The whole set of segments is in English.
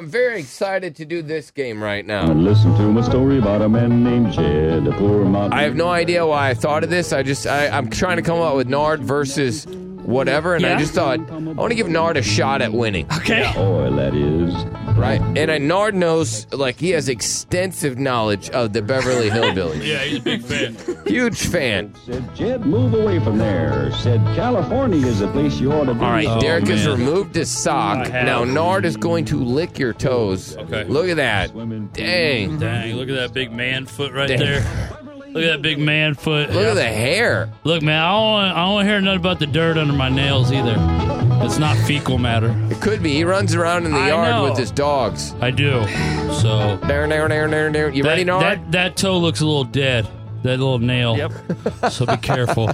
I'm very excited to do this game right now. Listen to my story about a man named Jed, a poor modern. I have no idea why I thought of this. I just I, I'm trying to come up with Nard versus whatever, and I Yeah? just thought I want to give Nard a shot at winning, Okay. Oil, that is. right? And I, Nard knows like he has extensive knowledge of the Beverly Hillbillies. Yeah, he's a big fan. Huge fan. Said, Jed, move away from there. Said, California is the place you ought to be. All right, Oh, Derek has man. removed his sock. I have. Now Nard is going to lick your toes. Okay. Look at that. Swimming pool. Dang. Dang, look at that big man foot right Damn. there. Look at that big man foot. Look at the hair. Look, man, I don't, wanna, I don't wanna hear nothing about the dirt under my nails either. It's not fecal matter. It could be. He runs around in the I yard know. with his dogs. I do. So. There, there, there, there, there. You that, ready, Nard? That, that toe looks a little dead. That little nail. Yep. So be careful.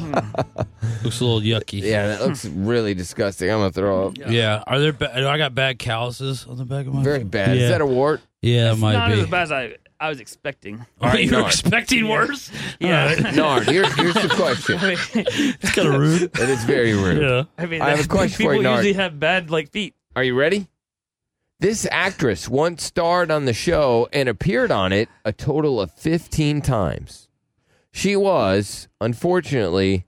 looks a little yucky. Yeah, that looks really disgusting. I'm gonna throw up. Hmm. Yeah. Are there? Ba- I got bad calluses on the back of my. Very bad. Yeah. Is that a wart? yeah, it might Not be. as bad as I, I was expecting. All right, Right, you're Nard. expecting worse. Yeah. All right. Nard, here, here's the question. I mean, It's kind of rude. That is very rude. Yeah. I, mean, I have a that- question for people you, Nard. usually have bad like feet. Are you ready? This actress once starred on the show and appeared on it a total of 15 times. She was, unfortunately,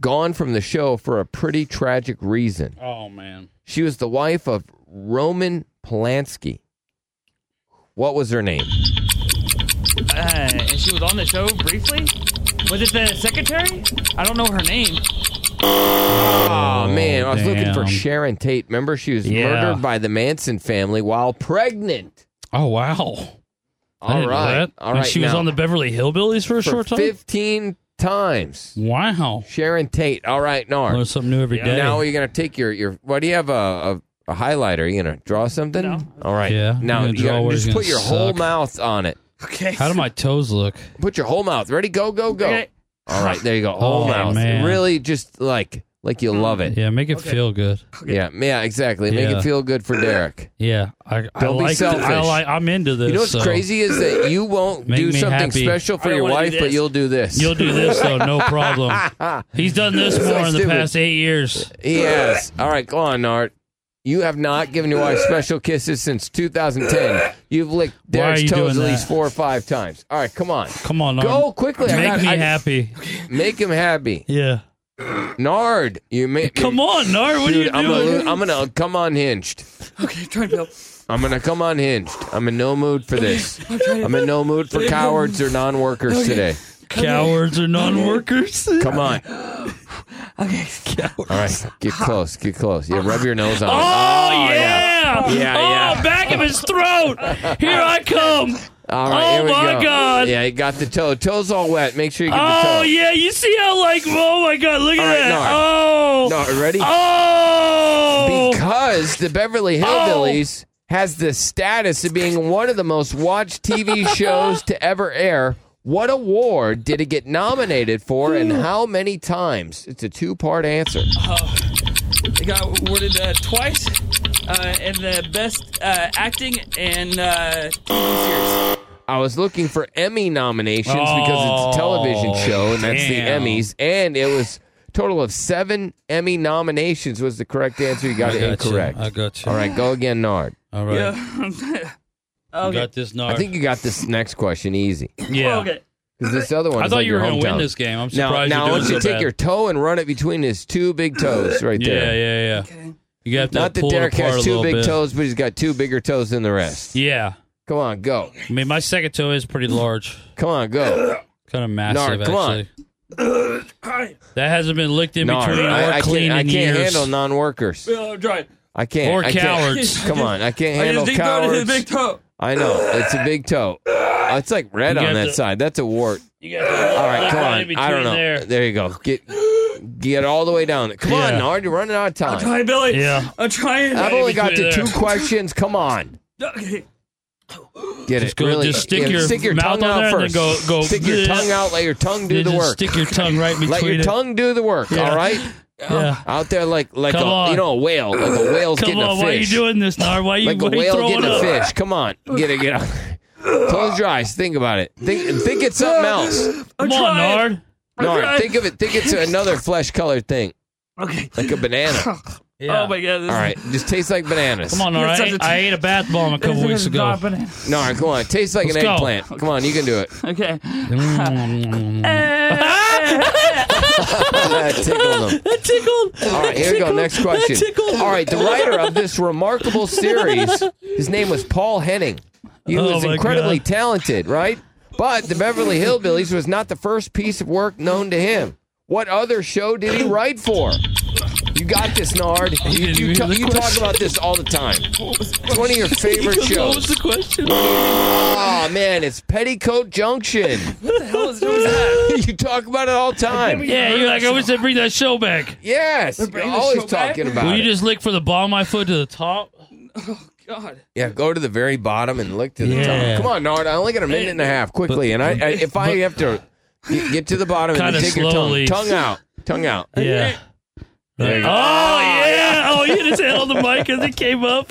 gone from the show for a pretty tragic reason. Oh man. She was the wife of Roman Polanski. What was her name? Uh, and she was on the show briefly. Was it the secretary? I don't know her name. Oh, man, I was looking for damn. Sharon Tate. Remember, she was Yeah. murdered by the Manson family while pregnant. Oh wow. I All didn't know right, that. all And right. she was now, on the Beverly Hillbillies for a for short time. fifteen times. Wow. Sharon Tate. All right, Nar. Learn something new every day. Now you're gonna take your your. What do you have a, a, a highlighter? you gonna draw something? No. All right. Yeah, I'm Now gonna you draw gotta where it's just put gonna your whole suck. mouth on it. Okay. How do my toes look? Put your whole mouth. Ready? Go go go. Okay. All right. There you go. Whole Oh, mouth. man. Really, just like like you love it. Yeah, make it feel good. Mm. Yeah. Yeah. Exactly. Make Yeah. it feel good for Derek. Yeah, I, I Don't be like. th- I selfish. like. I'm into this. You know what's so. crazy is that you won't Make do me something happy. special for I don't your wanna do wife, but this. you'll do this. You'll do this though, no problem. He's done this So more in the stupid. past eight years. yes. All right, go on, Nart. You have not given your wife special kisses since 2010. You've licked Why are Derek's you toes at doing least that? four or five times. All right, come on. Come on, Go Arn. quickly. I Make got- me I- happy. Make him happy. Yeah. Nard, you make Come on, Nar. What Dude, are I'm you gonna, doing? lo- I'm gonna come unhinged. Okay, try and build. I'm gonna come unhinged. I'm in no mood for this. I'm in no mood for cowards or non-workers today. Cowards or non-workers? Come on. Okay. All right, get close, get close. Yeah, rub your nose on. it. Oh, yeah. yeah. Yeah, oh, yeah. back of his throat. Here I come. All right, Oh, here we my go. God. Yeah, he got the toe. Toe's all wet. Make sure you get the toe. Oh yeah. You see how like? Oh my God. Look at All right, that. Nar. Oh. No, ready? Oh. Because the Beverly Hillbillies has the status of being one of the most watched TV shows to ever air. What award did it get nominated for, and how many times? It's a two-part answer. It got awarded uh, twice uh, in the best uh, acting and uh, TV series. I was looking for Emmy nominations because it's a television Oh, show, and that's damn. the Emmys, and it was total of seven Emmy nominations was the correct answer. You got it incorrect. got All right, go again, Nard. All right. Yeah. I okay. Got this. Nar. I think you got this next question easy yeah. Okay. because this other one. I is thought like you were going gonna to win this game. I'm Now, surprised. now, you're once doing you so take bad. your toe and run it between his two big toes, right Yeah, there. yeah, yeah. Okay. You got to Not that pull it Derek apart has a two little big bit. toes, but he's got two bigger toes than the rest. Yeah, Come on, go. I mean, my second toe is pretty large, Come on, go. kind of massive. Nard, come on. actually. That hasn't been licked in Nard, between I, or I clean can't, I in can't years. handle non-workers. Uh, dry. I can't. Or I can't. cowards. Come on, I can't handle I just deep-throated cowards. his big toe. I know it's a big toe. Uh, It's like red You on got that the- side. That's a wart. You got All right, come In on. between I don't know. There. you go. Get get all the way down. Come on, Yeah. Nard. You're running out of I'm time. trying, Billy. Yeah. I'm trying. I've only got to There. two questions. Come on. Okay. Get Just it. go- really. just stick yeah, your stick your mouth tongue on out there and then first. go- go- stick your tongue out. Let your tongue do You the just work. Stick your tongue right between Let your it. tongue do the work. Yeah. All right. Yeah. Out there, like like Come a on. you know a whale. Like a whale's Come getting a on, why are you fish. doing this, Nar? Why are you, like why a are you whale throwing getting up? a fish. Come on, get it, get it. Close your eyes. Think about it. Think think it's something else. Come on, trying. Nard. No, Okay. think of it. Think it's another flesh colored thing, Okay. like a banana. Oh my god! This All right, just tastes like bananas. Come on, all You're right. such I a t- ate a bath bomb a couple weeks ago. No, all right, come on. Tastes like Let's an go. eggplant. Come on, you can do it. Okay. Eh. Ah, That tickled him. That tickled. All right, here we go. Next question. All right, the writer of this remarkable series, his name was Paul Henning. He Oh, was my incredibly God. talented, right? But the Beverly Hillbillies was not the first piece of work known to him. What other show did he write for? You got this, Nard. You, didn't you, read ta- the you talk question. about this all the time. It's one of your favorite What was shows. the question? Oh, man, it's Petticoat Junction. you talk about it all the time. Yeah, you're like, I wish they'd bring that show back. Yes, you're bringing the always show back? talking about Will it. you just lick from the ball of my foot to the top? God. Yeah, go to the very bottom and look to the Yeah. top. Come on, Nard. I only got a minute and a half. Quickly, and I, I if I have to get, get to the bottom and Kinda take slowly. your tongue, tongue out, tongue out. Yeah. There you Oh, go. yeah. Oh, you just held the mic as it came up.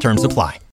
Terms apply.